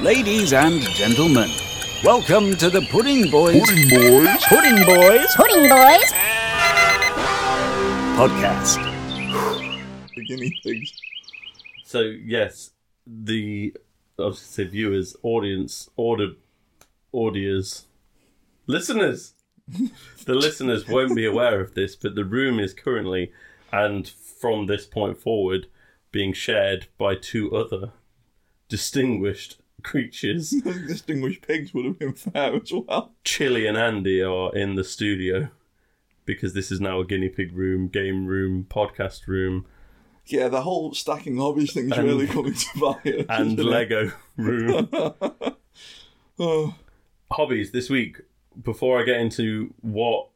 Ladies and gentlemen, welcome to the Pudding Boys. Pudding boys. Pudding Boys Pudding Boys. podcast. Guinea pigs. So yes, the I was going to say viewers, audience, order, audiers, listeners. the listeners won't be aware of this, but the room is currently, and from this point forward, being shared by two other distinguished creatures. Those distinguished pigs would have been fair as well. Chili and Andy are in the studio because this is now a guinea pig room, game room, podcast room, Yeah, the whole stacking hobbies thing's And- really coming to fire. and isn't it? Lego room. Oh, hobbies this week before I get into what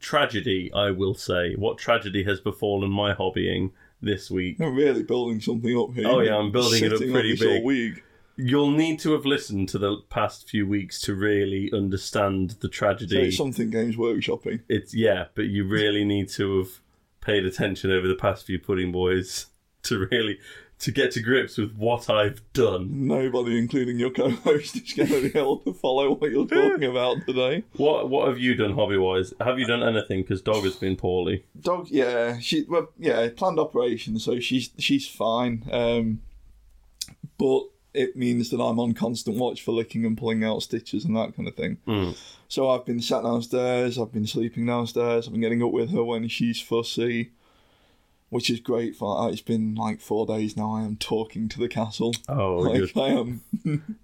tragedy I will say, what tragedy has befallen my hobbying this week. I'm really building something up here. Oh, yeah, I'm building it up Sitting on pretty this all big. week. You'll need to have listened to the past few weeks to really understand the So tragedy. it's something games workshopping. it's yeah, but you really need to have paid attention over the past few pudding boys to really to get to grips with what I've done. Nobody, including your co-host, is going to be able to follow what you're talking about today. What what have you done hobby wise? Have you done anything? Because dog has been poorly. Dog, yeah, she, well, yeah, planned operation, so she's she's fine. Um, but it means that I'm on constant watch for licking and pulling out stitches and that kind of thing. Mm. So I've been sat downstairs, I've been sleeping downstairs, I've been getting up with her when she's fussy, which is great. For uh, it's been like four days now. I am talking to the castle. Oh, like you're, I am,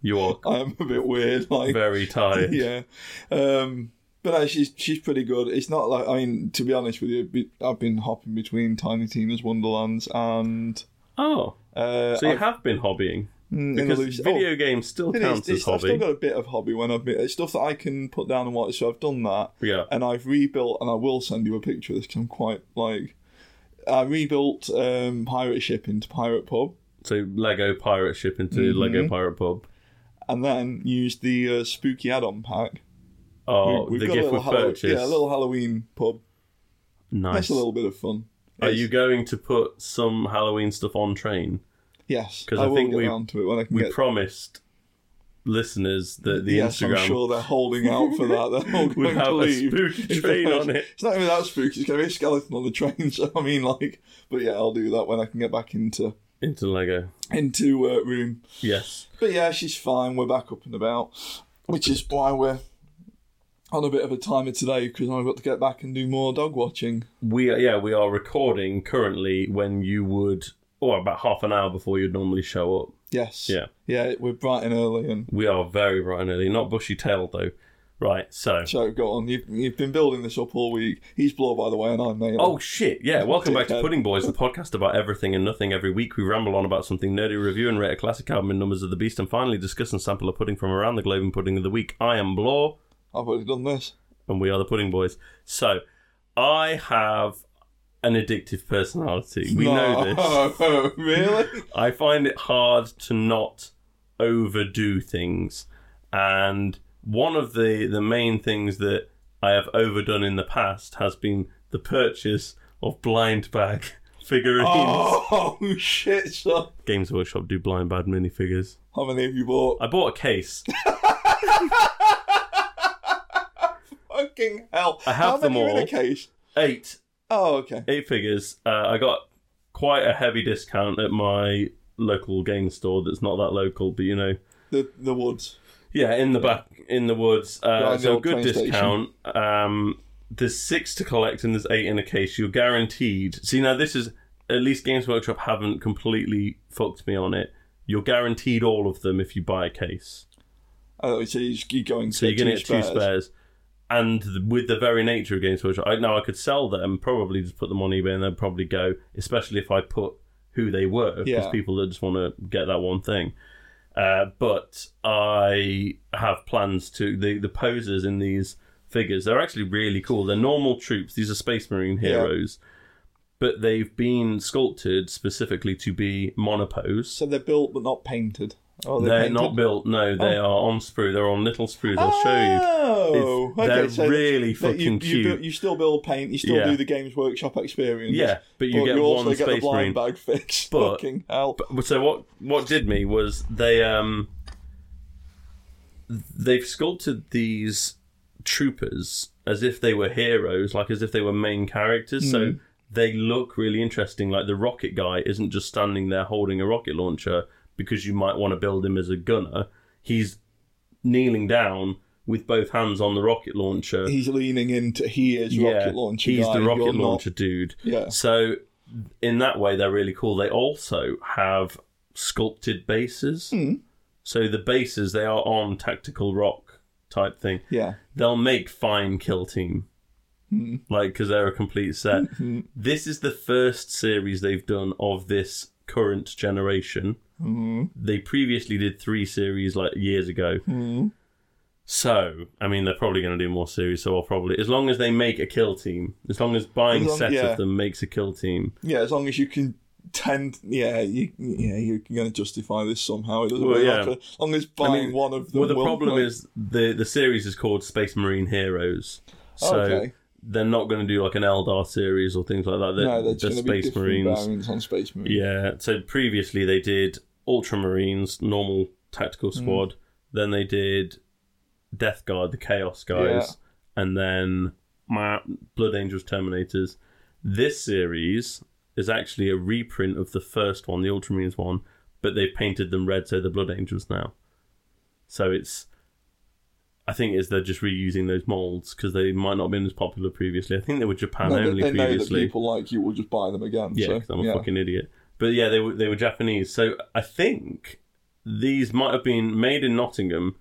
you are I am a bit weird. Like very tired. yeah. Um, but no, she's she's pretty good. It's not like I mean to be honest with you, be- I've been hopping between Tiny Tina's Wonderlands and Oh, uh, so you I've- have been hobbying mm, because Illusion- oh, video games still it is- counts as it's- I've still hobby. got a bit of hobby when I've been it's stuff that I can put down and watch. So I've done that, Yeah, and I've rebuilt, and I will send you a picture of this because I'm quite like I rebuilt um, pirate ship into pirate pub, so Lego pirate ship into Mm-hmm. Lego pirate pub. and then used the uh, spooky add-on pack. Oh, We- the got a gift little with Hallow- purchase. yeah, a little Halloween pub. nice. That's a little bit of fun. Are It's- you going to put some Halloween stuff on train? Yes, 'Cause I, I will think get we- round to it when I can We get. promised listeners that the yes, Instagram I'm sure they're holding out for that. They're all would going have to a leave. spooky train on it. It's not even that spooky. It's going to be a skeleton on the train. So I mean, like, but yeah, I'll do that when I can get back into into Lego. into uh, room. Yes, But yeah, she's fine. We're back up and about, which is why we're on a bit of a timer today because I've got to get back and do more dog watching. we are, yeah we are recording currently when you would or about half an hour before you'd normally show up. Yes. Yeah. Yeah, we're bright and early, and We are very bright and early, not bushy tailed though. Right, so so go on. You've, you've been building this up all week. He's Blore, by the way, and I'm Neil. Oh shit! Yeah, welcome back to Dickhead. Pudding Boys, the podcast about everything and nothing. Every week, we ramble on about something nerdy, review and rate a classic album in numbers of the beast, and finally discuss and sample a pudding from around the globe and pudding of the week. I am Blore, I've already done this. and we are the Pudding Boys. So, I have an addictive personality. We know this. know this. really? I find it hard to not overdo things. And one of the, the main things that I have overdone in the past has been the purchase of blind bag figurines. Oh shit! Son. Games Workshop do blind bag minifigures. How many have you bought? I bought a case. Fucking hell! I have How many them are In all. a case. Eight. Oh okay. Eight figures. Uh, I got quite a heavy discount at my local game store that's not that local, but you know, The the woods. Yeah, in the back in the woods. Uh, Behind the so old good train station. discount. Um, there's six to collect and there's eight in a case. You're guaranteed. See now, this is at least Games Workshop haven't completely fucked me on it. You're guaranteed all of them if you buy a case. Oh, so you keep going. So you're going gonna get two spares. And th- with the very nature of Games Workshop, I, now I could sell them, probably just put them on eBay and they'd probably go, especially if I put who they were, because Yeah. people that just want to get that one thing. Uh, but I have plans to, the, the poses in these figures, they're actually really cool. They're normal troops, these are Space Marine Yeah. heroes, but they've been sculpted specifically to be monopose. So they're built but not painted. Oh, they're they're, painted? not built, no, they are on sprue, they're on little sprues. I'll show you. Oh, It's- okay, they're so really that you, fucking you, cute. build- you still build paint. You still Yeah. do the Games Workshop experience. Yeah, but you but get you also one get the space blind marine. bag fix. But- Fucking hell! But- So what what did me was they um they've sculpted these troopers as if they were heroes, like as if they were main characters. Hmm. So they look really interesting. Like the rocket guy isn't just standing there holding a rocket launcher because you might want to build him as a gunner. He's kneeling down with both hands on the rocket launcher. He's leaning into he is rocket launcher. He's guy, the you're rocket not. launcher dude. Yeah. So in that way, they're really cool. They also have sculpted bases. So the bases they are on tactical rock type thing. Yeah, They'll make fine kill team. Hmm. Like because they're a complete set. this is the first series they've done of this current generation. Hmm. They previously did three series like years ago. Hmm. So, I mean, they're probably going to do more series. So I'll probably, as long as they make a kill team, as long as buying As long- sets yeah. of them makes a kill team. yeah. As long as you can tend, yeah, you, yeah, you're going to justify this somehow. It doesn't Well, really yeah. matter. As long as buying mean, one of them. Well, the will- problem is the the series is called Space Marine Heroes, so Oh, Okay. they're not going to do like an Eldar series or things like that. They're, no, they're there's going to be Space different Marines. variants on Space Marines. Yeah. So previously they did Ultramarines, normal Mm. tactical squad. Then they did Death Guard, the Chaos guys, and then my Blood Angels Terminators. This series is actually a reprint of the first one, the Ultramarines one, but they've painted them red, so they're Blood Angels now. So it's. I think it's they're just reusing those molds because they might not have been as popular previously. I think they were Japan No, only they, they know that previously. people like you will just buy them again. Yeah, so, 'cause I'm a yeah. fucking idiot. But yeah, they were they were Japanese. So I think these might have been made in Nottingham,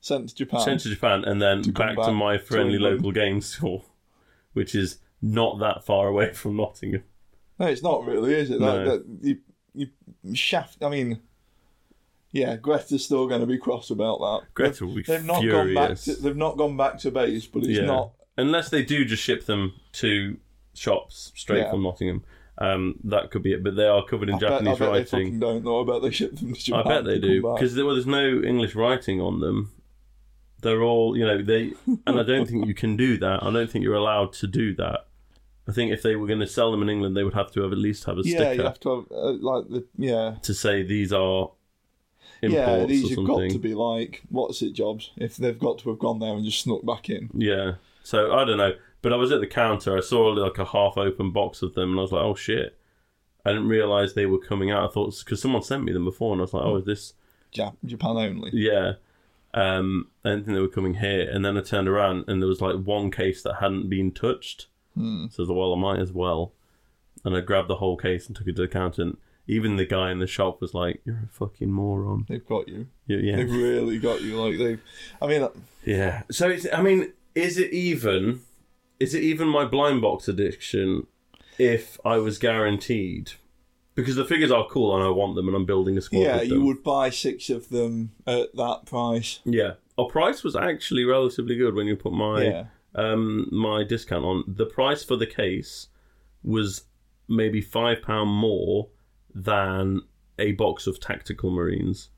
sent to Japan. sent to Japan, and then come back, to back my Uh-huh. to friendly England. local game store, which is not that far away from Nottingham. No, it's not really, is it? No. That, that, you, you shaft. I mean, yeah, Greta's still going to be cross about that. Greta will be They've not furious. gone back. To, they've not gone back to base, but it's yeah. not. Unless they do just ship them to shops straight Yeah. from Nottingham. Um, that could be it. But they are covered in I bet- Japanese I bet, they writing. fucking don't though. I bet they ship them to I Japan. bet they to do come back. because there, well, there's no English writing on them. They're all, you know, they, and I don't think you can do that. I don't think you're allowed to do that. I think if they were going to sell them in England, they would have to have at least have a yeah, sticker you have to have uh, like the yeah. to say these are imports yeah, or these have got something. to be like what's it jobs if they've got to have gone there and just snuck back in. Yeah, so I don't know. But I was at the counter. I saw like a half-open box of them, and I was like, "Oh shit!" I didn't realize they were coming out. I thought because someone sent me them before, and I was like, "Oh, is this Ja- Japan only. Yeah. Um, I didn't think they were coming here. And then I turned around and there was like one case that hadn't been touched. So I was like, well, I might as well. And I grabbed the whole case and took it to the accountant. Even the guy in the shop was like, you're a fucking moron. They've got you. You- Yeah. They've really got you. Like they've. I mean, uh, Yeah. So it's, I mean, is it even, is it even my blind box addiction if I was guaranteed? Because the figures are cool and I want them and I'm building a squad. yeah, with you them. would buy six of them at that price. Yeah. Our price was actually relatively good when you put my Yeah. um, my discount on. The price for the case was maybe five pound more than a box of tactical marines.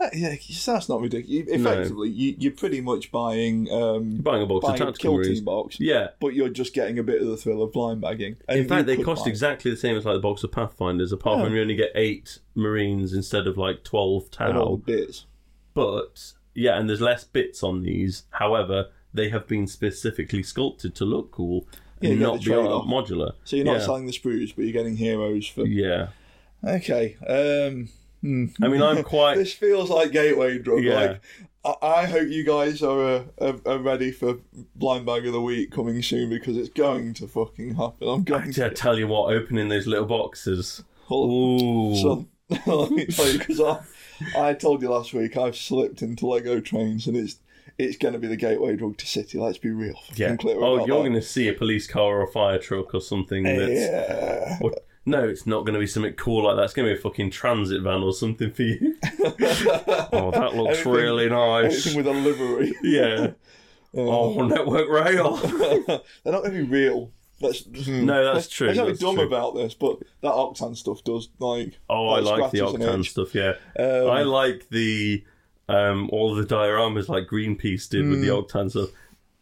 Uh, Yeah, so that's not ridiculous. You- No. Effectively, you, you're pretty much buying um, You're buying a box buying of a tactical kill marines. team box, Yeah. but you're just getting a bit of the thrill of blind bagging. And In fact, you they could cost buy- exactly the same as like the box of pathfinders, apart from you only get eight marines instead of like twelve and all tau. the bits. But yeah, and there's less bits on these. However, they have been specifically sculpted to look cool Yeah, you and get not the be uh, trade-off. modular. So you're not yeah. selling the sprues, but you're getting heroes for. Yeah. Okay. Um, hmm. I mean, I'm quite. This feels like gateway drug. Yeah. Like, I, I hope you guys are, uh, are are ready for blind bag of the week coming soon because it's going to fucking happen. I'm going Actually, I to. tell you what, opening those little boxes. Hold- Ooh. So let me tell you because I, I told you last week I've slipped into Lego trains and it's it's going to be the gateway drug to city. Let's be real. yeah. Fucking Clear Oh, about you're that. going to see a police car or a fire truck or something that's. Yeah. or- no, it's not going to be something cool like that. It's going to be a fucking transit van or something for you. oh, that looks Anything- really nice. Anything with a livery. yeah. Oh, network rail. They're not going to be real. That's Hmm. No, that's true, There's nothing that's dumb true. about this, but that Octan stuff does like. Oh, I like the scratches an Octan itch. stuff. Yeah, Um, I like the um all the dioramas like Greenpeace did with the Octan stuff.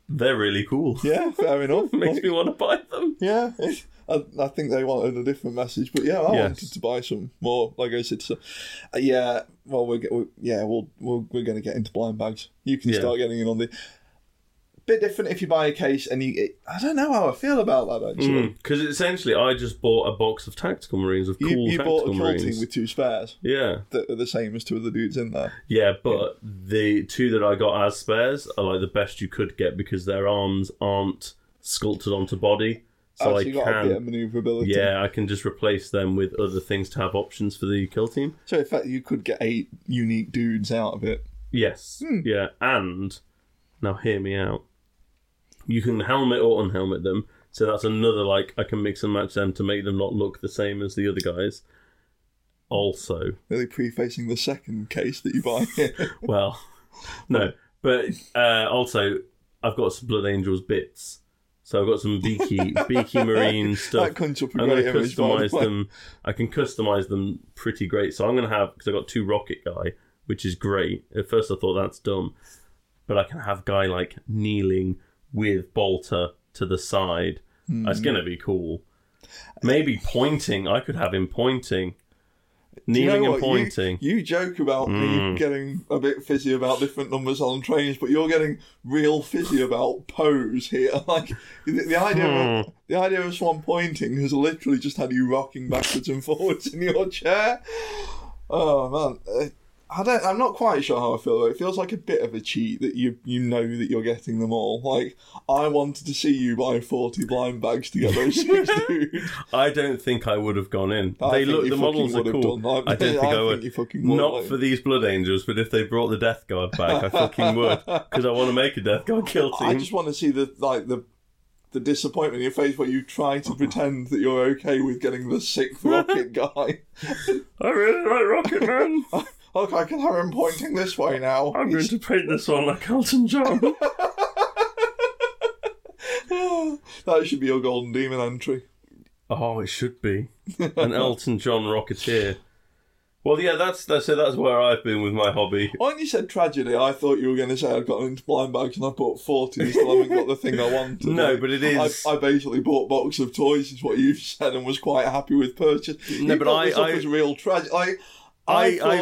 They're really cool. Hmm. Yeah, fair enough. Makes me want to buy them. yeah, it's- I, I think they wanted a different message, but yeah, I Yes. wanted to buy some more. Like I said, so, uh, yeah. Well, we're, we yeah, we'll, we'll we're going to get into blind bags. You can Yeah. start getting in on the bit different if you buy a case and you. It, I don't know how I feel about that actually. Because Mm. essentially, I just bought a box of tactical marines of cool You, you tactical bought a cool marines. team with two spares yeah, that are the same as two other dudes in there. yeah, but the two that I got as spares are like the best you could get because their arms aren't sculpted onto body, so Oh, I you got a bit of can. maneuverability. Yeah, I can just replace them with other things to have options for the kill team. So in fact, you could get eight unique dudes out of it. Yes. Hmm. Yeah. And now hear me out. You can helmet or unhelmet them. So that's another like I can mix and match them to make them not look the same as the other guys. Also, Really prefacing the second case that you buy. well, no, but uh, also I've got some Blood Angels bits. So I've got some beaky beaky marine stuff. that comes up a I'm great going to image. by the customize way. them. I can customize them pretty great. So I'm going to have because I got two Rocket Guy, which is great. At first I thought that's dumb, but I can have Guy like kneeling with Bolter to the side. That's Hmm. going to be cool. Maybe pointing. I could have him pointing, You know kneeling what? and pointing. Mm. You, you joke about me getting a bit fizzy about different numbers on trains, but you're getting real fizzy about pose here. Like the, the idea, Hmm. of, the idea of someone pointing has literally just had you rocking backwards and forwards in your chair. Oh man, Uh, I don't. I'm not quite sure how I feel. Though. It feels like a bit of a cheat that you you know that you're getting them all. Like I wanted to see you buy 40 blind bags to get those six dudes. I don't think I would have gone in. I they think look you the models are fucking cool. would have done. I- I don't think I I, think would. you fucking would, Not like- for these blood angels, but if they brought the death guard back, I fucking would because I want to make a death guard kill team. I just want to see the like the the disappointment in your face where you try Oh. to pretend that you're okay with getting the sixth rocket guy. I really like Rocket Man. Look, I can have him pointing this way now. I'm going to paint this one like Elton John. that should be your golden demon entry. oh, it should be an Elton John Rocketeer. Well, yeah, that's that's so that's where I've been with my hobby. When you said tragedy, I thought you were going to say I've gotten into blind bags and I bought 40 and still haven't got the thing I wanted. No, Like, but it is- I, I basically bought box of toys, is what you said, and was quite happy with purchase. No, you but brought I- this up I- as real tragedy. I, I, I- I thought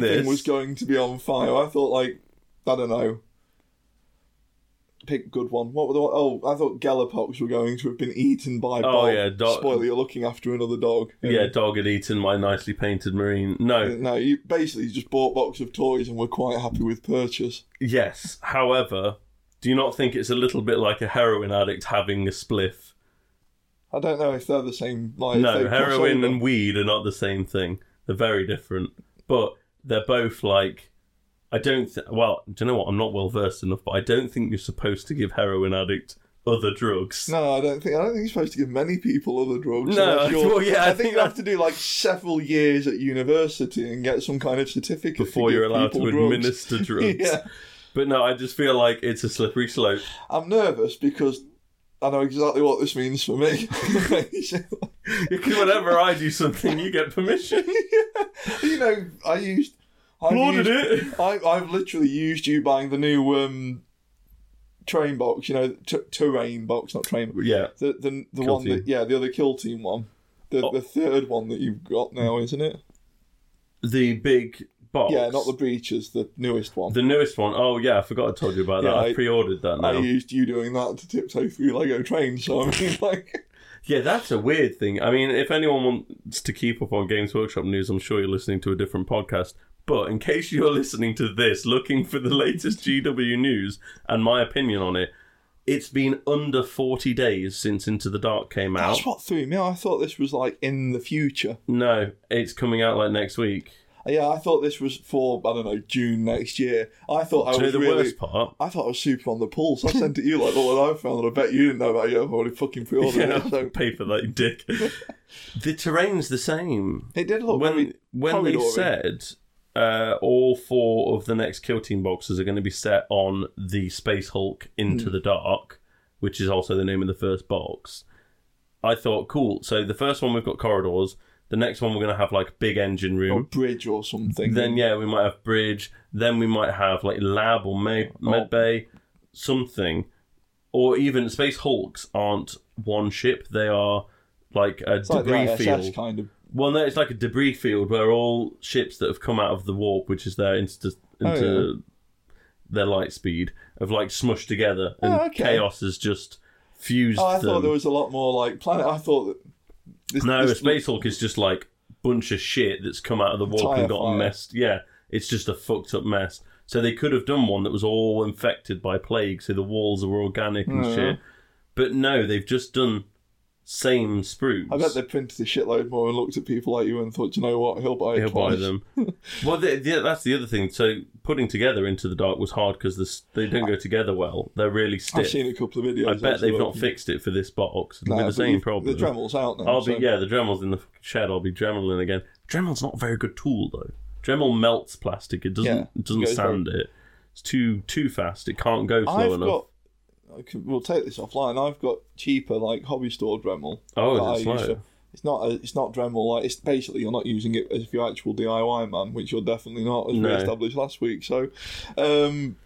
something this. was going to be on fire. I thought, like, I don't know. Pick good one. What were the oh? I thought Gallipox were going to have been eaten by. Oh yeah, dog- Spoiler, you're looking after another dog. Yeah, dog had eaten my nicely painted marine. No, No, you basically just bought box of toys and were quite happy with purchase. yes. However, do you not think it's a little bit like a heroin addict having a spliff? I don't know if they're the same. Like if No, they cross heroin over. and weed are not the same thing. They're very different. But they're both like, I don't. Th- well, do you know what? I'm not well versed enough, but I don't think you're supposed to give heroin addict other drugs. No, I don't think. I don't think you're supposed to give many people other drugs. No, unless you're- well, yeah, I I think think you have to do like several years at university and get some kind of certificate to Before give you're allowed to people drugs. administer drugs. yeah, But no, I just feel like it's a slippery slope. I'm nervous because I know exactly what this means for me. Because whenever I do something, you get permission. you know, I used. I've Lauded used- it. I, I've literally used you buying the new um, train box. You know, t- terrain box, not train. Yeah. The the, the Kill one team. Oh. that yeah, the other kill team one. The, the third one that you've got now, isn't it? The big box. Yeah, not the breaches, the newest one. The newest one. Oh, yeah, I forgot I told you about that. Yeah, I, I- pre ordered that now. I used you doing that to tiptoe through Lego Train, so I mean, like, Yeah, that's a weird thing. I mean, if anyone wants to keep up on Games Workshop news, I'm sure you're listening to a different podcast. But in case you're listening to this, looking for the latest GW news and my opinion on it, it's been under 40 days since Into the Dark came out. that's what threw me. I thought this was like in the future. No, it's coming out like next week. Yeah, I thought this was for I don't know June next year. I thought I Do you know was the really. worst part? I thought I was super on the pulse. I sent it you like the one I found, and I bet you didn't know about it. I've already fucking pre-ordered Yeah, it. So paper that you dick. the terrain's the same. it did look when very when they corridory. said uh, all four of the next kill team boxes are going to be set on the Space Hulk Into Hmm. the Dark, which is also the name of the first box. I thought, cool. So the first one we've got corridors. The next one we're going to have like big engine or room. bridge or something. Then yeah, we might have bridge. Then we might have like lab or med, Oh. med bay, something, or even Space Hulks aren't one ship. They are like a It's like debris the ISS field. kind of. Well, no, it's like a debris field where all ships that have come out of the warp, which is their into, Oh, into their light speed, have like smushed together, and Oh, okay. chaos has just fused Oh, I them. thought there was a lot more like planet. I thought that this, um, No, a this space hulk is just like bunch of shit that's come out of the warp Tire and got fire. messed. Yeah, it's just a fucked up mess. So they could have done one that was all infected by plague, so the walls were organic and Oh, Yeah. shit. But no, they've just done same sprues. I bet they printed a shitload more and looked at people like you and thought, you know what, he'll buy it. He'll buy twice." them. well, the, the, that's the other thing. So putting together into the dark was hard because they don't go together well. They're really I've stiff. seen a couple of videos. I bet actually, they've not where- fixed it for this box. No, It'll be the but same you've- problem. The Dremel's out now. I'll be so- yeah. The Dremel's in the fucking shed. I'll be Dremeling again. Dremel's not a very good tool though. Dremel melts plastic. It doesn't. Yeah, it doesn't it goes sand it. It's too too fast. It can't go slow I've enough. got. I can- We'll take this offline. I've got cheaper like hobby store Dremel. Oh, that is it I use slow? for- It's not. A, it's not Dremel. Like it's basically you're not using it as your actual DIY man, which you're definitely not, as No. we established last week. So, um,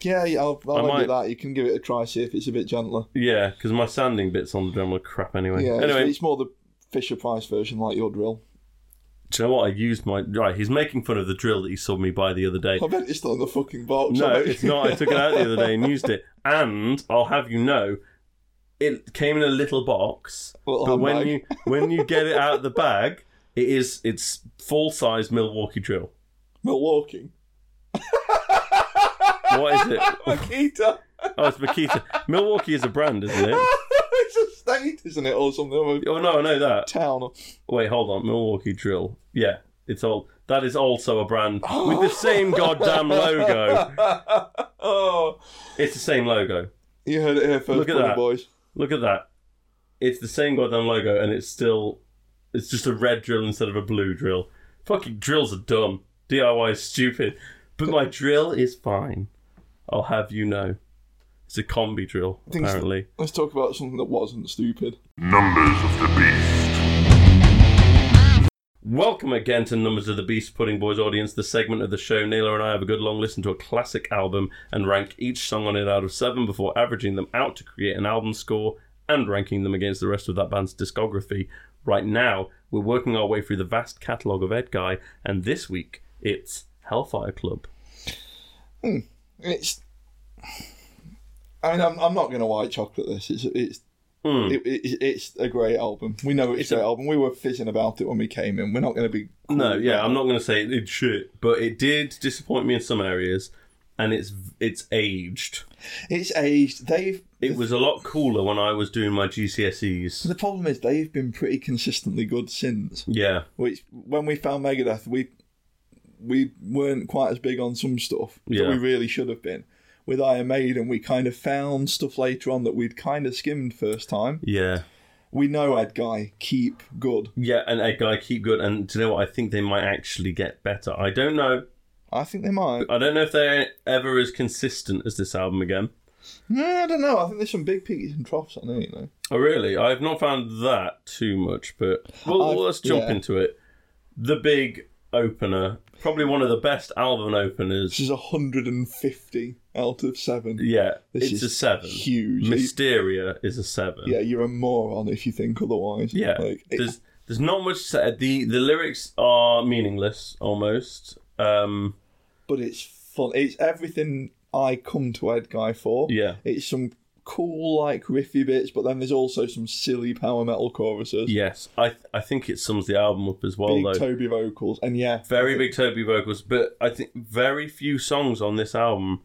yeah, yeah, I'll, I'll I end might- it that. You can give it a try, see if it's a bit gentler. Yeah, because my sanding bits on the Dremel are crap anyway. Yeah, it's- anyway, it's, more the Fisher Price version, like your drill. do you know what? I used my right. He's making fun of the drill that he saw me buy the other day. I bet it's still in the fucking box. No, I bet- it's not. I took it out the other day and used it. And I'll have you know, it came in a little box. Little but when you handbag. when you get it out of the bag, it is it's full size Milwaukee drill. Milwaukee. What is it? Makita. Oh, it's Makita. Milwaukee is a brand, isn't it? it's a state, isn't it, or something? Or a Oh no, I know that. town. Wait, hold on. Milwaukee drill. Yeah, it's all. That is also a brand with the same goddamn logo. oh, It's the same logo. you heard it here first, Look at Bully that. boys. Look at that. It's the same goddamn logo, and it's still. It's just a red drill instead of a blue drill. Fucking drills are dumb. DIY is stupid. But my drill is fine. I'll have you know. It's a combi drill, think it's- apparently. Let's talk about something that wasn't stupid. Welcome again to Numbers of the Beast Pudding Boys audience, the segment of the show. Naylor and I have a good long listen to a classic album and rank each song on it out of seven before averaging them out to create an album score and ranking them against the rest of that band's discography. Right now, we're working our way through the vast catalogue of Ed Guy, and this week it's Hellfire Club. It's. I mean, I'm, I'm not going to white chocolate this. It's it's Mm. it, it, it's a great album. We know it's, It's a a- great album. We were fizzing about it when we came in. We're not going to be. No, yeah, I'm not going to say it did shit, but it did disappoint me in some areas, and it's it's aged. It's aged. They've. It was a lot cooler when I was doing my GCSEs. The problem is they've been pretty consistently good since. Yeah. Which when we found Megadeth, we we weren't quite as big on some stuff Yeah. that we really should have been. With Iron Maiden, we kind of found stuff later on that we'd kind of skimmed first time. Yeah. We know Ed Guy keep good. Yeah, and Ed Guy keep good. And do you know what? I think they might actually get better. I don't know. I think they might. I don't know if they're ever as consistent as this album again. No, I don't know. I think there's some big peaks and troughs on it. You know, Oh, really? I've not found that too much, but well, I've- let's jump yeah. into it. The big opener, probably one of the best album this openers. is 150 out of seven. Yeah, This it's is a seven. huge. Mysteria is a seven. Yeah, you're a moron if you think otherwise. Yeah, like it, there's there's not much said. the The lyrics are meaningless almost. Um, but it's fun. It's everything I come to Ed Guy for. yeah, It's some cool, like riffy bits, but then there's also some silly power metal choruses, yes, I th- I think it sums the album up as well big though. Toby vocals, and yeah, Very big Toby vocals, but I think very few songs on this album.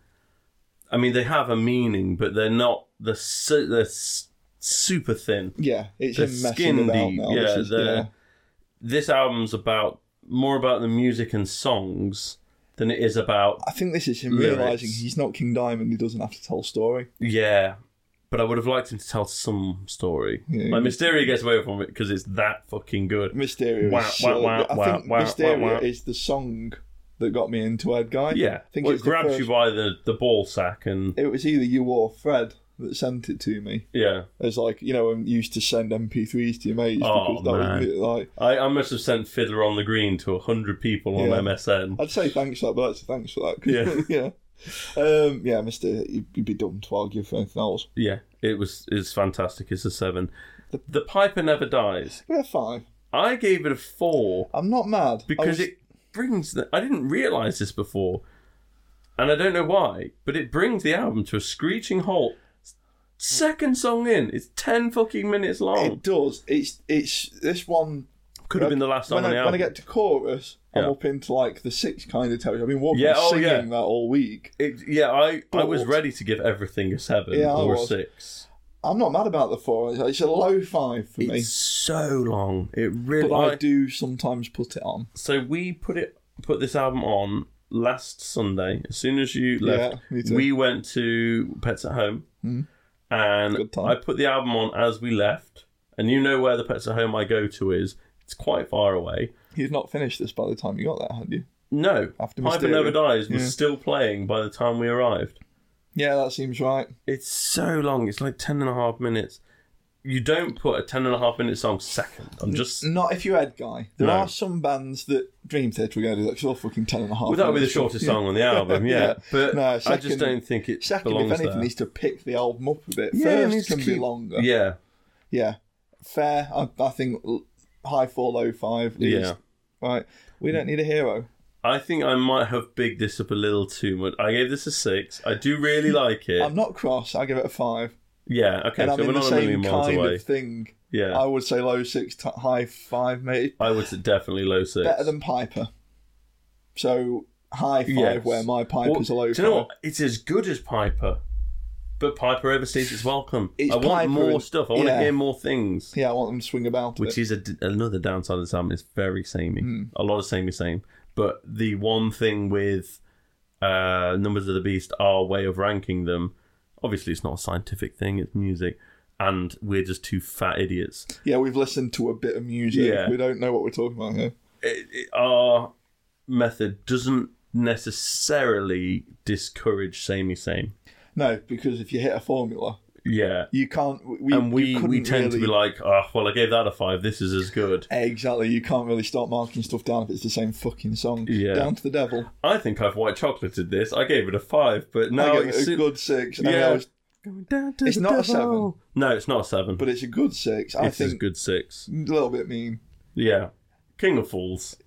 I mean, they have a meaning, but they're not. They're, su- they're s- super thin. yeah, it's They're him messing skin about deep. now. Yeah, this is, they're- yeah, This album's about more about the music and songs than it is about I think this is him lyrics. realizing he's not King Diamond. He doesn't have to tell story. yeah. But I would have liked him to tell some story. Yeah. Like Mysteria gets away from it because it's that fucking good. Mysterio. Wah, is wah, so- wah, I wah, think wah, Mysterio wah, wah. is the song that got me into Ed Guy. Yeah, I think well, it's it the grabs first- you by the the ball sack and It was either you or Fred that sent it to me. yeah. As like you know, I used to send MP3s to your mates Oh, because that was man. like I, I must have sent Fiddler on the Green to hundred people on Yeah. MSN. I'd say thanks for that, but actually thanks for that. 'cause- yeah. Um, yeah, Mister, you'd, you'd be dumb to argue for anything else. Yeah, it was it's fantastic. It's a seven. The Piper Never Dies. Give it a five. I gave it a four I'm not mad I was- because it brings. The, I didn't realize this before, and I don't know why, but it brings the album to a screeching halt. Second song in, it's ten fucking minutes long. it does. It's it's this one Could have been the last song when on I, the when I album. get to chorus, Yeah. I'm up into like the six kind of territory. I've been walking Yeah, oh, singing yeah. that all week. It- yeah, I, I was But- ready to give everything a seven Yeah, I or a was. six. I'm not mad about the four. It's- It's a low five for me, It's so long. It really. but I, do sometimes put it on. so we put it put this album on last Sunday. As soon as you left, Yeah, me too. Hmm. we went to Pets at Home, and Good time. I put the album on as we left. And you know where the Pets at Home I go to is. It's quite far away. You'd not finished this by the time you got there, had you? No, After Piper Mysterio. Never Dies was Yeah. still playing by the time we arrived. Yeah, that seems right. It's so long. It's like ten and a half minutes. You don't put a ten and a half minute song second. I'm just Not if you're Ed Guy. There No. are some bands that Dream Theatre are going to do that 'cause they're all fucking ten and a half. Well, that would be the minutes. shortest Yeah. song on the album, yeah. Yeah. But No, I second- just don't think it Second, if belongs anything, there. needs to pick the album up a bit. it First needs to can be keep- longer. Yeah, Yeah. Fair. I, I think l- high four, low five. Is, Yeah. Right. We don't need a hero. I think I might have bigged this up a little too much. I gave this a six. I do really like it. I'm not cross. I give it a five. yeah, okay, and I'm so we're in the not a million same miles kind away. of thing. yeah, I would say low six, t- high five, mate. I, would say definitely low six. Better than Piper. So high five, Yes. where my Well, Piper's a low Do five. you know what? It's as good as Piper, but Piper overstays its welcome. It's I want Piper more and- stuff. I want yeah. to hear more things. Yeah, I want them to Hmm. swing about. a Which bit. is a d another downside of this album. It's very samey. A lot of samey same. But the one thing with uh, Numbers of the Beast, our way of ranking them, obviously it's not a scientific thing, it's music. And we're just two fat idiots. yeah, we've listened to a bit of music. Yeah. We don't know what we're talking about here. It, it- our method doesn't necessarily discourage samey same. No, because if you hit a formula, Yeah. you can't. We, and we, you we couldn't tend to really- be like, oh, well, I gave that a five. This is as good. Exactly, you can't really start marking stuff down if it's the same fucking song. Yeah. Down to the devil. I think I've white chocolated this. I gave it a five, but I now give it's it a good six. Yeah. Yeah. it's the not a devil. No, it's not a seven. but it's a good six. I it's think a good six. a little bit mean. Yeah. King of Fools.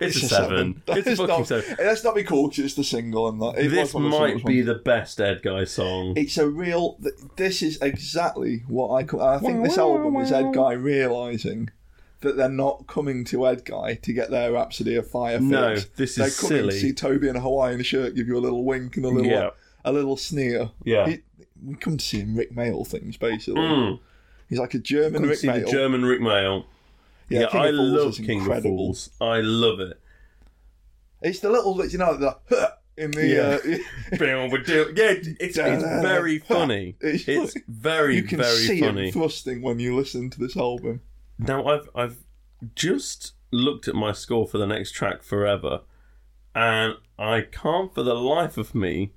It's, a, seven. It's a Let's fucking not, seven. Let's not be cool because it's the single and that. It This was one of the might singles be ones. the best Ed Guy song. It's a real. th- This is exactly what I. call- I think this album is Ed Guy realizing that they're not coming to Ed Guy to get their Rhapsody of Fire. No, fixed. this They're is coming silly. to see Toby in a Hawaiian shirt give you a little wink and a little Yeah. a little sneer. Yeah. He- we come to see him Rick Mail things basically. Mm. He's like a German Rick See the Mail. German Rick Mail. Yeah, King I of Fools love is King of incredible. Fools. I love it. It's the little, you know, the in the. Uh, yeah, it's, it's very funny. It's It's funny. very, you can very see funny. him thrusting when you listen to this album. Now I've I've just looked at my score for the next track forever, and I can't for the life of me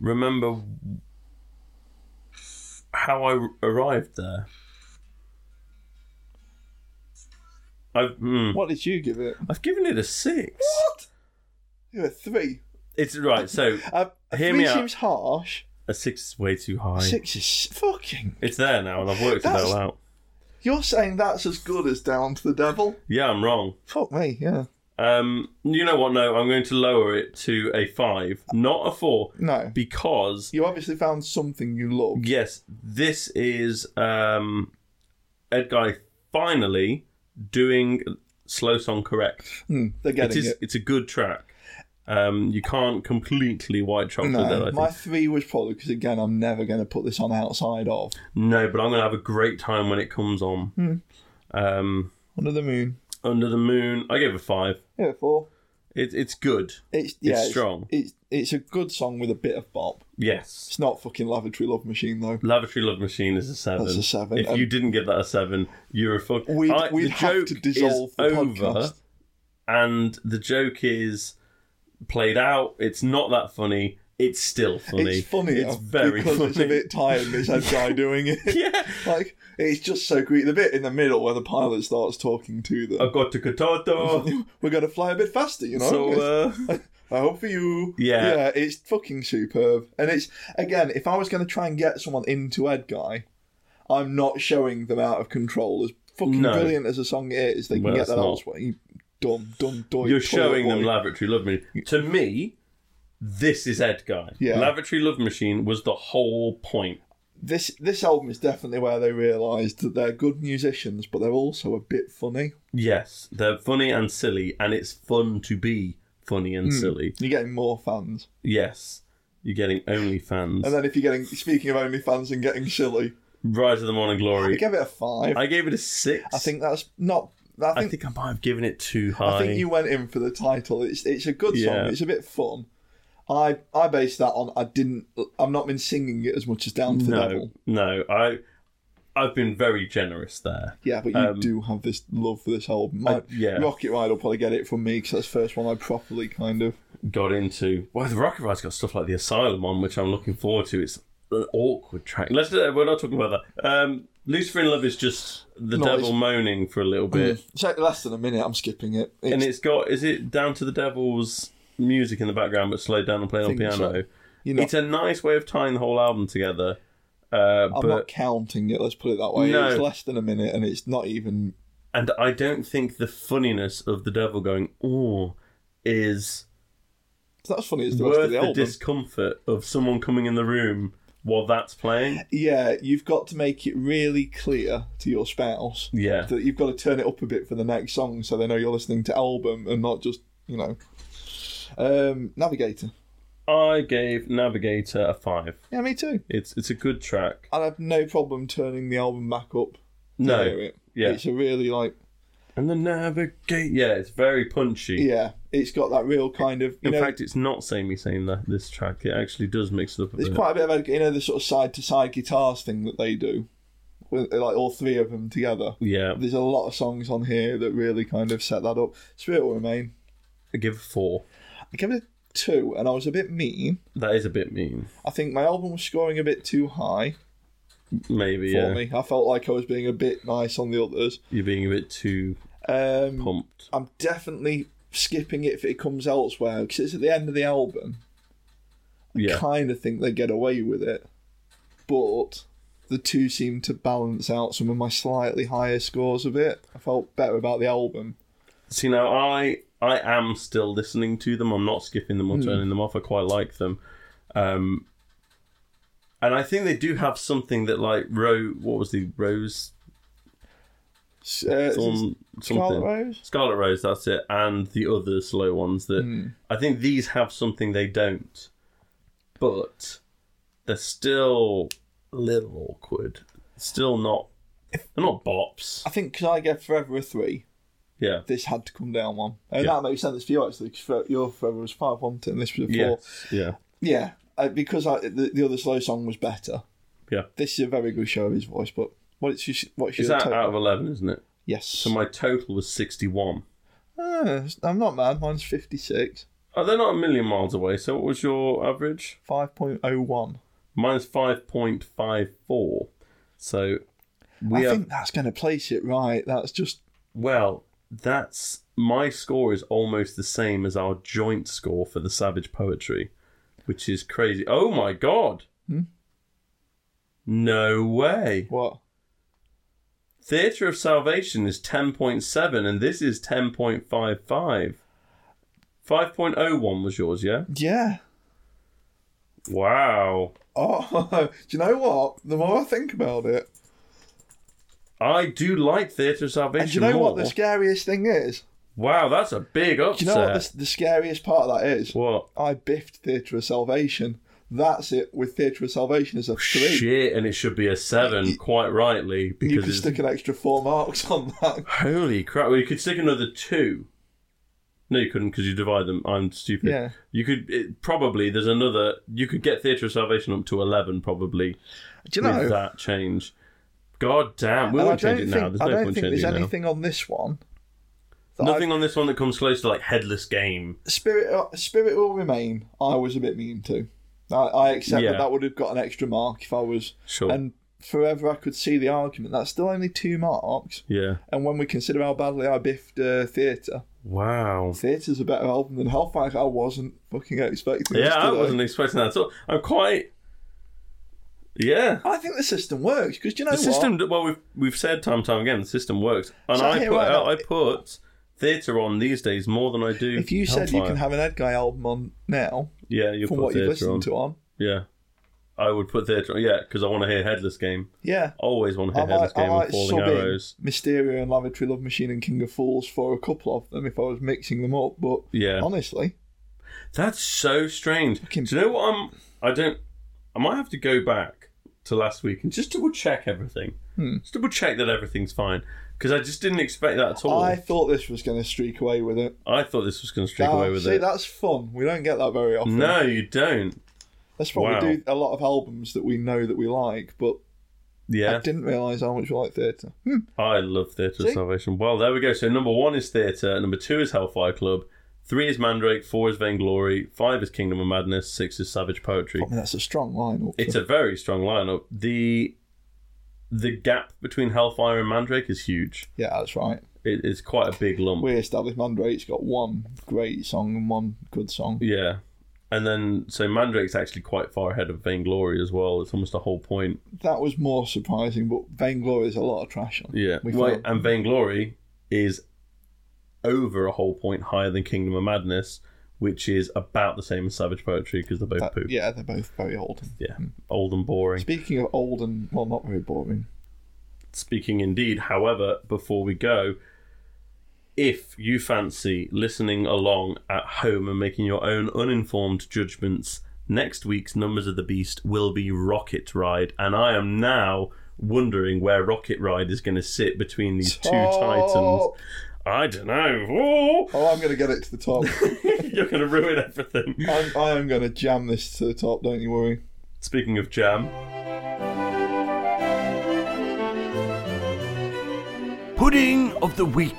remember how I arrived there. I've hmm, What did you give it? I've given it a six. What? You were three. It's right. So Uh, Hear three me out. seems harsh. a six is way too high. Six is fucking. It's there now, and I've worked it That's- all out. You're saying that's as good as Down to the Devil? Yeah, I'm wrong. Fuck me, yeah. Um, you know what? No, I'm going to lower it to a five, not a four, No. because You obviously found something you love. Yes, this is um, Ed Guy finally doing slow song correct. Hmm, they're It getting it. is. It's a good track. Um, you can't completely white chocolate No, that. I my think. three was probably because again, I'm never going to put this on outside of No, but I'm gonna have a great time when it comes on. Hmm. Um, Under the Moon. Under the Moon, I gave a five. Yeah, four. It, it's good. It's yeah, strong. It's, it's a good song with a bit of bop. Yes. It's not fucking Lavatory Love Machine though. Lavatory Love Machine is a seven. That's a seven, If and- you didn't give that a seven, you're a fuck. We'd, I- we'd the have joke to dissolve is the over. podcast. and the joke is played out. It's not that funny. It's still funny. It's funny. It's very because funny. it's a bit tired. This head guy doing it. yeah. Like it's just so great. The bit in the middle where the pilot starts talking to them. I've got to Kototo. We're gonna fly a bit faster, you know. It's- so uh, I hope for you. Yeah. Yeah, it's fucking superb. And it's, again, if I was going to try and get someone into Ed Guy, I'm not showing them out of control. As fucking No. brilliant as a song is, they Well, can get it's that not. elsewhere. You dumb, dumb, doy. You're toilet showing them boy. Lavatory Love Machine. To me, this is Ed Guy. Yeah. Lavatory Love Machine was the whole point. this this album is definitely where they realised that they're good musicians, but they're also a bit funny. Yes, they're funny and silly, and it's fun to be funny and Hmm. silly. You're getting more fans, Yes, you're getting only fans. and then if you're getting speaking of only fans and getting silly, Rise of the Morning I Glory. gave it a five. I, I gave it a six. think that's not. I I think, think I might have given it too high. I think you went in for the title. It's it's a good Yeah. song. It's a bit fun. I I based that on I didn't. I've not been singing it as much as Down to the no, Devil. no. I I've been very generous there. Yeah, but you Um, do have this love for this album. I- My, yeah. Rocket Ride will probably get it from me because that's the first one I properly kind of. Got into well, the Rocket Ride's got stuff like the Asylum on, which I'm looking forward to. It's an awkward track. Let's uh, we're not talking about that. Um, Lucifer in Love is just the No, devil moaning for a Mm. little bit, um, So less than a minute, I'm skipping it. It's, and it's got is it down to the devil's music in the background, but slowed down and played on Think so. piano. you know, It's a nice way of tying the whole album together. Uh, I'm but not counting it. Let's put it that way. No. It's less than a minute, and it's not even. and I don't think the funniness of the devil going oh is It's not as funny as the rest worth of the the, album. discomfort of someone coming in the room while that's playing. yeah, you've got to make it really clear to your spouse Yeah, that you've got to turn it up a bit for the next song, so they know you're listening to album and not just you know. Um, Navigator. I gave Navigator a five. Yeah, me too. It's it's a good track. I'd have no problem turning the album back up. No, to hear it. yeah. It's a really like and the Navigate, yeah, it's very punchy. yeah. It's got that real kind of you In know. fact, it's not samey saying that this track. It actually does mix it up a there's bit. quite a bit of you know the sort of side to side guitars thing that they do, with like all three of them together. yeah, There's a lot of songs on here that really kind of set that up. Spirit will remain. I give a four. I gave it a two, and I was a bit mean. That is a bit mean, I think my album was scoring a bit too high maybe. for Yeah, me. I felt like I was being a bit nice on the others. you're being a bit too Um, pumped. I'm definitely skipping it if it comes elsewhere because it's at the end of the album. Yeah, Kind of think they get away with it, but the two seem to balance out some of my slightly higher scores a bit. I felt better about the album. So, you know, I I am still listening to them. I'm not skipping them or turning them off. I quite like them. Um, and I think they do have something that like Ro what was the Rose S- Uh, Thorn Scarlet something Rose. Scarlet Rose, that's it, and the other slow ones that Hmm. I think these have something they don't. But they're still a little awkward. Still not they're not bops. I think because I gave Forever a three, Yeah. this had to come down one. And Yeah. that makes sense for you actually, because your Forever was five, wasn't it? And this was a Yeah. four. Yeah. Yeah, uh, because I, the, the other slow song was better. Yeah. This is a very good show of his voice, but what's your what's Is your that take? out of eleven, isn't it? Yes, So my total was sixty one. Ah, I'm not mad. Mine's fifty six, Oh, they're not a million miles away. So what was your average? five point oh one. Mine's five point five four. So I we have think that's going to place it right. That's just well. That's my score is almost the same as our joint score for the Savage Poetry, which is crazy. Oh my god! Hmm? No way. what Theatre of Salvation is ten point seven, and this is ten point five five. Five point oh one was yours, yeah. yeah. Wow. Oh, do you know what? The more I think about it, I do like Theatre of Salvation and do you know more. what the scariest thing is? Wow, that's a big upset. Do you know what the, the scariest part of that is? What? I biffed Theatre of Salvation. That's it with Theatre of Salvation as a three. Shit, and it should be a seven, quite rightly, you could because it's... stick an extra four marks on that. holy crap, well, you could stick another two. No, you couldn't because you divide them. I'm stupid. Yeah. You could it, probably there's another. You could get Theatre of Salvation up to eleven probably Do you with know? that change. God damn, we And I won't don't change it think, now. There's I no don't point think there's changing it now. anything on this one. that Nothing on this one that comes close to like headless game. I- Spirit, uh, Spirit will remain. I was a bit mean to. I, I accept Yeah. that that would have got an extra mark if I was. Sure. And forever, I could see the argument. That's still only two marks. yeah. And when we consider how badly I biffed uh, theatre, Wow. theatre's a better album than Hellfire. I wasn't fucking expecting. this Yeah, I today. wasn't expecting that at all. I'm quite. Yeah. I think the system works because you know The what? system. Well, we've we've said time and time again, the system works, and So I here put I out, am. I put theatre on these days more than I do. If you said you Hellfire. can have an Ed Guy album on now, yeah, you from put what theatre you've listened on. to on, yeah, I would put theatre on. Yeah, because I want to hear Headless Game. yeah, Always want to I hear Headless might, I Game might and Falling sub in Arrows. Mysterio and Lavatory Love Machine and King of Fools for a couple of them if I was mixing them up. But Yeah, honestly, that's so strange. Fucking- Do you know what I'm? I don't. I might have to go back to last week and just double check everything. Hmm. Just double check that everything's fine because I just didn't expect that at all. I I, thought this was going to streak away with it. thought this was going to streak Now, away with see, it. that's fun. We don't get that very often. No, you don't. that's why Wow. we do a lot of albums that we know that we like, but I Yeah, didn't realise how much we like theatre. Hmm. I love Theatre of See? Salvation. Well, there we go. So number one is Theatre, number two is Hellfire Club, three is Mandrake, four is Vainglory, five is Kingdom of Madness, six is Savage Poetry. I mean, that's a strong lineup. It's a very strong lineup. The the gap between Hellfire and Mandrake is huge. yeah, that's right. It, it's quite a big lump. We established Mandrake's got one great song and one good song. Yeah. And then, so Mandrake's actually quite far ahead of Vainglory as well. It's almost a whole point. That was more surprising, but Vainglory is a lot of trash on. Yeah. uh, We Well, found- and Vainglory is over a whole point higher than Kingdom of Madness, which is about the same as Savage Poetry because they're both That- poop. Yeah. yeah, they're both very old. Old and boring. Speaking of old and well, not very boring. Speaking indeed, however, before we go, if you fancy listening along at home and making your own uninformed judgments, next week's Numbers of the Beast will be Rocket Ride, and I am now wondering where Rocket Ride is going to sit between these two titans. Top! I don't know. Oh, I'm going to get it to the top. You're going to ruin everything. I'm, I am going to jam this to the top. Don't you worry. Speaking of jam, Pudding of the Week.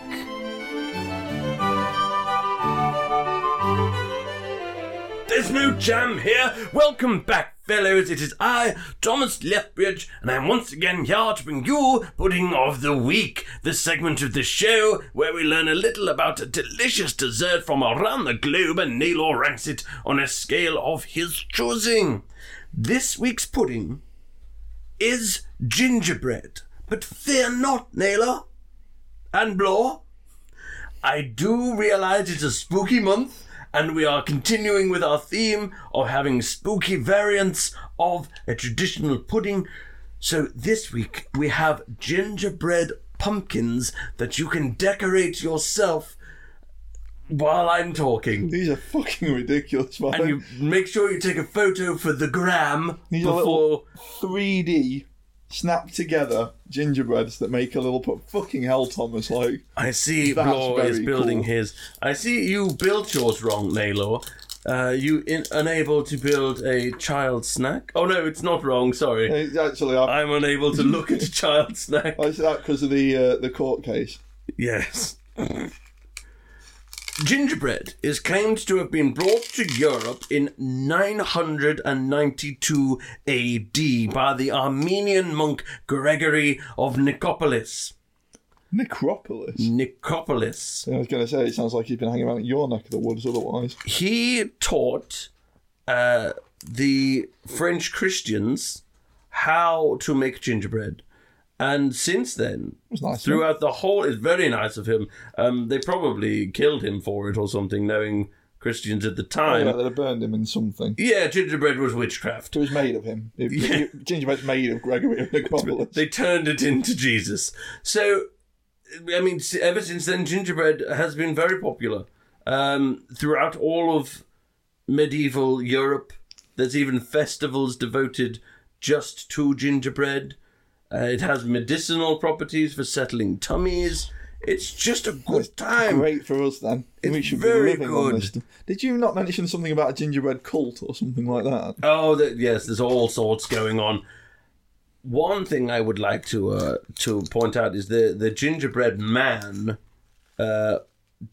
There's no jam here. Welcome back, fellows. It is I, Thomas Lethbridge, and I'm once again here to bring you Pudding of the Week, the segment of the show where we learn a little about a delicious dessert from around the globe and Naylor ranks it on a scale of his choosing. This week's pudding is gingerbread, but fear not, Naylor and Blore. I do realize it's a spooky month, and we are continuing with our theme of having spooky variants of a traditional pudding. So this week we have gingerbread pumpkins that you can decorate yourself while I'm talking. These are fucking ridiculous. Man. And you make sure you take a photo for the gram These are before. little 3D snapped together gingerbreads that make a little put. Fucking hell, Thomas. Like I see That's Blore is very building cool. his. I see you built yours wrong, Naylor. Uh, you in, unable to build a child snack? Oh no, it's not wrong. Sorry, it's actually, I, I'm unable to look at a child snack. I said that because of the uh, the court case. Yes. Gingerbread is claimed to have been brought to Europe in 992 AD by the Armenian monk Gregory of Nicopolis. Mm. Necropolis. Nicopolis. I was going to say it sounds like he's been hanging around in your neck of the woods. Otherwise, he taught uh, the French Christians how to make gingerbread. And since then, was nice, throughout the whole, it's very nice of him. Um, they probably killed him for it or something, knowing Christians at the yeah, time. they'd have burned him in something. yeah, gingerbread was witchcraft. It was made of him. It, Yeah. it- gingerbread's made of Gregory of Nicopolis. They turned it into Jesus. So, I mean, s- ever since then, gingerbread has been very popular um, throughout all of medieval Europe. There's even festivals devoted just to gingerbread. Uh, it has medicinal properties for settling tummies. It's just a good time. Great for us then. we It's should very be living good. on this. Did you not mention something about a gingerbread cult or something like that? Oh, th yes, there's all sorts going on. One thing I would like to uh, to point out is the the gingerbread man uh,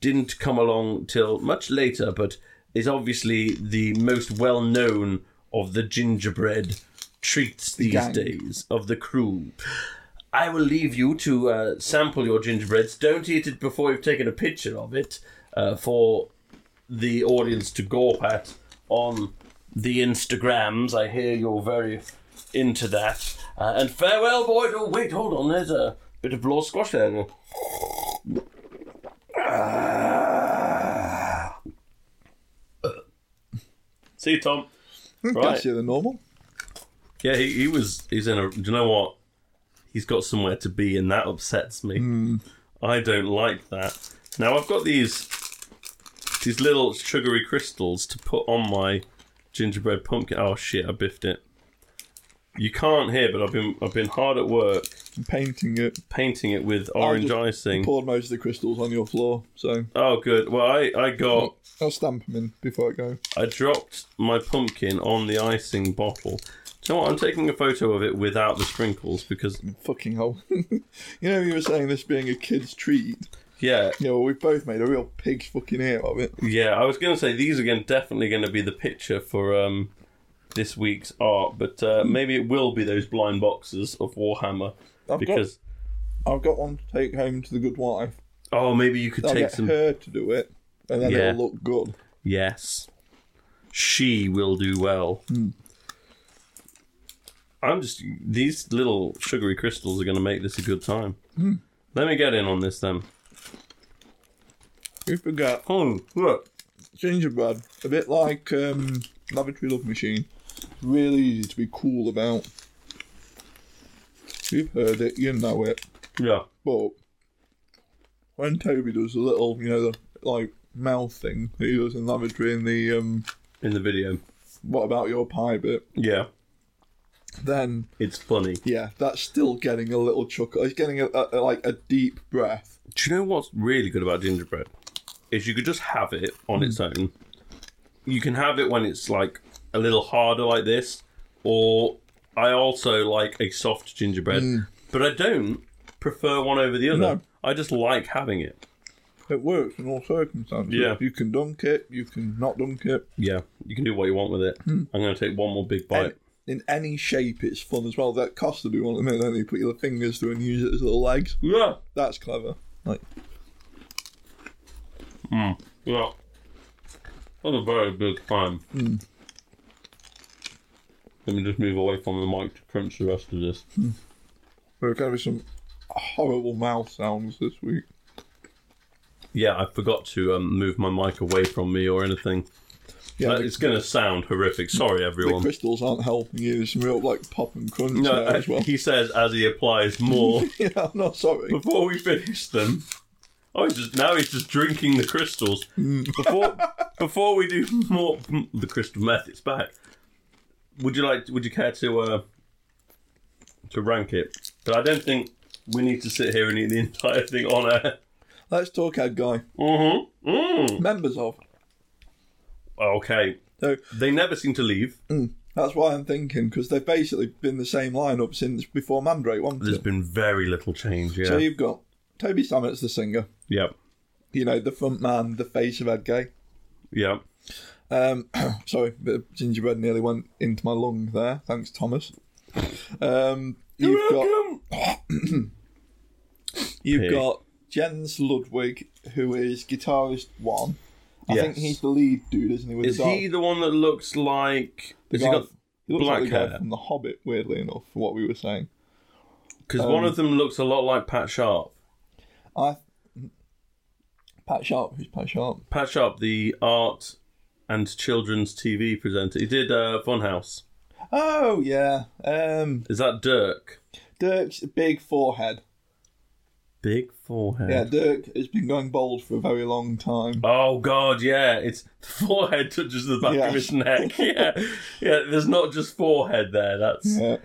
didn't come along till much later, but is obviously the most well known of the gingerbread treats these gang. days of the crew. I will leave you to uh, sample your gingerbreads. Don't eat it before you've taken a picture of it uh, for the audience to gawp at on the Instagrams. I hear you're very into that. Uh, and farewell, boy. Oh, wait, hold on. There's a bit of blood squash there. Ah. See you, Tom. Right. Gassier than normal. Yeah, he, he was. He's in a. Do you know what? He's got somewhere to be, and that upsets me. I don't like that. Now I've got these these little sugary crystals to put on my gingerbread pumpkin. Oh shit! I biffed it. You can't hear, but I've been I've been hard at work I'm painting it. painting it with orange just icing. Poured most of the crystals on your floor, so Oh, good. Well, I I got I'll stamp them in before I go. I dropped my pumpkin on the icing bottle. Do you know what? I'm taking a photo of it without the sprinkles because Fucking hell. you know, you were saying this being a kid's treat. yeah, Yeah, well, we've both made a real pig's fucking ear of it. Yeah, I was going to say these are going definitely going to be the picture for um, this week's art, but uh, Hmm. maybe it will be those blind boxes of Warhammer got- because I've got one to take home to the good wife. oh, maybe you could I'll take get some. her to do it, and then Yeah. it'll look good. Yes, she will do well. Hmm. I'm just these little sugary crystals are going to make this a good time. Hmm. Let me get in on this then. We forgot Oh, look, gingerbread, a bit like um, Lavatory Love Machine. Really easy to be cool about. You've heard it, you know it. yeah, But when Toby does the little, you know, the like mouth thing that he does in Lavatory in the um, in the video, What About Your Pie bit, yeah, then it's funny. yeah, that's still getting a little chuckle. It's getting a, a, like a deep breath. Do you know what's really good about gingerbread? Is you could just have it on Hmm. its own. You can have it when it's like a little harder like this, or I also like a soft gingerbread, but I don't prefer one over the other. Hmm. No. I just like having it. It works in all circumstances. Yeah. You can dunk it, you can not dunk it. Yeah, you can do what you want with it. I'm going to take one more big Hmm. And bite. in any shape, it's fun as well. That cost to do one at the minute, then you put your fingers through and use it as little legs. yeah, That's clever. Like, yeah. That's a very big time. Hmm. Let me just move away from the mic to crunch the rest of this. there are going to be some horrible mouth sounds this week. Yeah, I forgot to um, move my mic away from me or anything. Yeah, Uh, the, it's going to sound horrific. Sorry, the everyone. crystals aren't helping you. There's some real like pop and crunch No, there uh, as well. he says as he applies more. yeah, I'm not sorry. Before we finish them, oh, he's just, now he's just drinking the crystals. Mm. Before before we do more, mm, the crystal meth. It's back. Would you like? Would you care to uh, to rank it? But I don't think we need to sit here and eat the entire thing on air. Let's talk ad guy. Mm-hmm. Mm. Members of. Okay, So they never seem to leave. that's why I'm thinking because they've basically been the same lineup since before Mandrake. One. There's been very little change. Yeah. So you've got Toby Stamets, the singer. Yep. You know, the front man, the face of Ed Gay. Yep. Um, sorry, bit of gingerbread nearly went into my lung there. Thanks, Thomas. Um, you've got you've Pig. got Jens Ludwig, who is guitarist one. I think Yes. he's the lead dude, isn't he? With Is the dark- he the one that looks like? the Has he guy- got? he looks black like the guy hair? from The Hobbit, weirdly enough, for what we were saying. Because um, one of them looks a lot like Pat Sharp. I Pat Sharp, who's Pat Sharp? Pat Sharp, the art and children's TV presenter. He did uh, Funhouse. Oh yeah, um, Is that Dirk? Dirk's big forehead. Big forehead. Yeah, Dirk has been going bald for a very long time. Oh God, yeah. It's the forehead touches the back Yeah. of his neck. Yeah, yeah. There's not just forehead there. That's Yeah. Uh,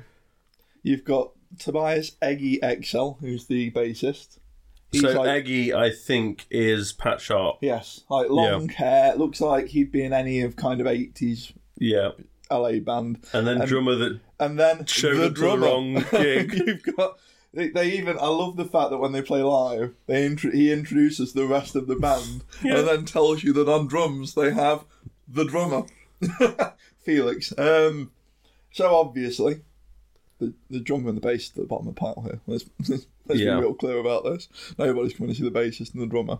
You've got Tobias Eggy XL, who's the bassist. He's so. like, Eggy, I think, is Pat Sharp. yes, like long hair. Looks like he'd be in any of kind of eighties Yeah, LA band. and then drummer that And then Showed the up to the drummer. wrong gig. You've got. They, they even. I love the fact that when they play live, they intro, he introduces the rest of the band and then tells you that on drums they have the drummer, Felix. Um, so obviously, the, the drummer and the bass at the bottom of the pile here. Let's, let's Yeah. be real clear about this. Nobody's coming to see the bassist and the drummer.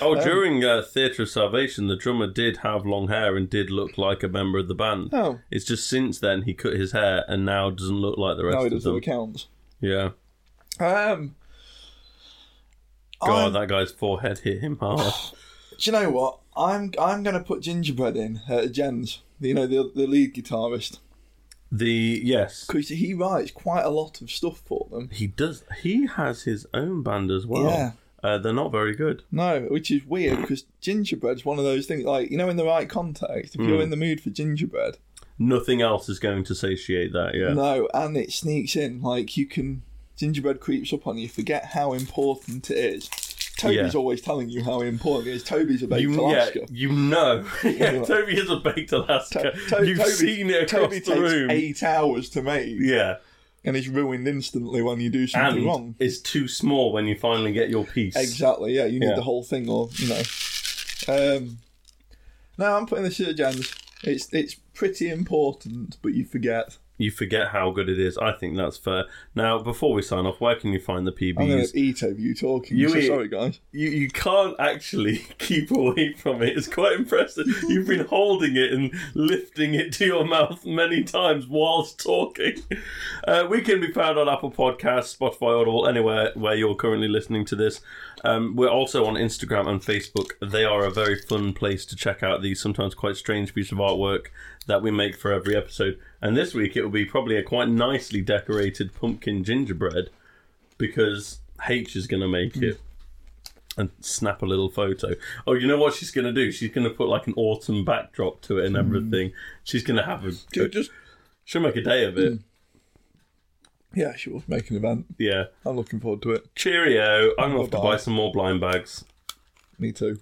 Oh, during uh, Theatre of Salvation, the drummer did have long hair and did look like a member of the band. Oh. It's just since then he cut his hair and now doesn't look like the rest Now he of doesn't them. account. Yeah. Um, God, I'm- that guy's forehead hit him hard. do you know what? I'm I'm gonna put Gingerbread in uh, Jens. You know the the lead guitarist the yes, because he writes quite a lot of stuff for them. he does. He has his own band as well. Yeah. Uh, they're not very good. No, which is weird because Gingerbread's one of those things like you know in the right context. If Hmm. you're in the mood for Gingerbread, Nothing else is going to satiate that. Yeah. No, and it sneaks in. Like you can, gingerbread creeps up on you. Forget how important it is. Toby's Yeah. always telling you how important it is. Toby's a baked You, yeah, Alaska. you know. yeah, Yeah. Toby is a baked Alaska. To- To- You've Toby- seen it across Toby the takes room. eight hours to make, Yeah. and it's ruined instantly when you do something And wrong. is too small when you finally get your piece. Exactly. Yeah, you need Yeah. the whole thing, or you know. Um, no, I'm putting this at Jans. It's it's pretty important, but you forget. You forget how good it is. I think that's fair. Now, before we sign off, where can you find the PBs? I'm going to eat over you talking. You so eat- sorry, guys. you, you can't actually keep away from it. It's quite impressive. You've been holding it and lifting it to your mouth many times whilst talking. Uh, we can be found on Apple Podcasts, Spotify, Audible, anywhere where you're currently listening to this. Um, we're also on Instagram and Facebook. They are a very fun place to check out these sometimes quite strange piece of artwork that we make for every episode. And this week it will be probably a quite nicely decorated pumpkin gingerbread because H is going to make it and snap a little photo. Oh, you know what she's going to do? She's going to put like an autumn backdrop to it and everything. She's going to have a. Dude, just She'll make a day of it. yeah, sure. Make an event. Yeah. I'm looking forward to it. Cheerio. I'm off to Bye-bye. buy some more blind bags. Me too.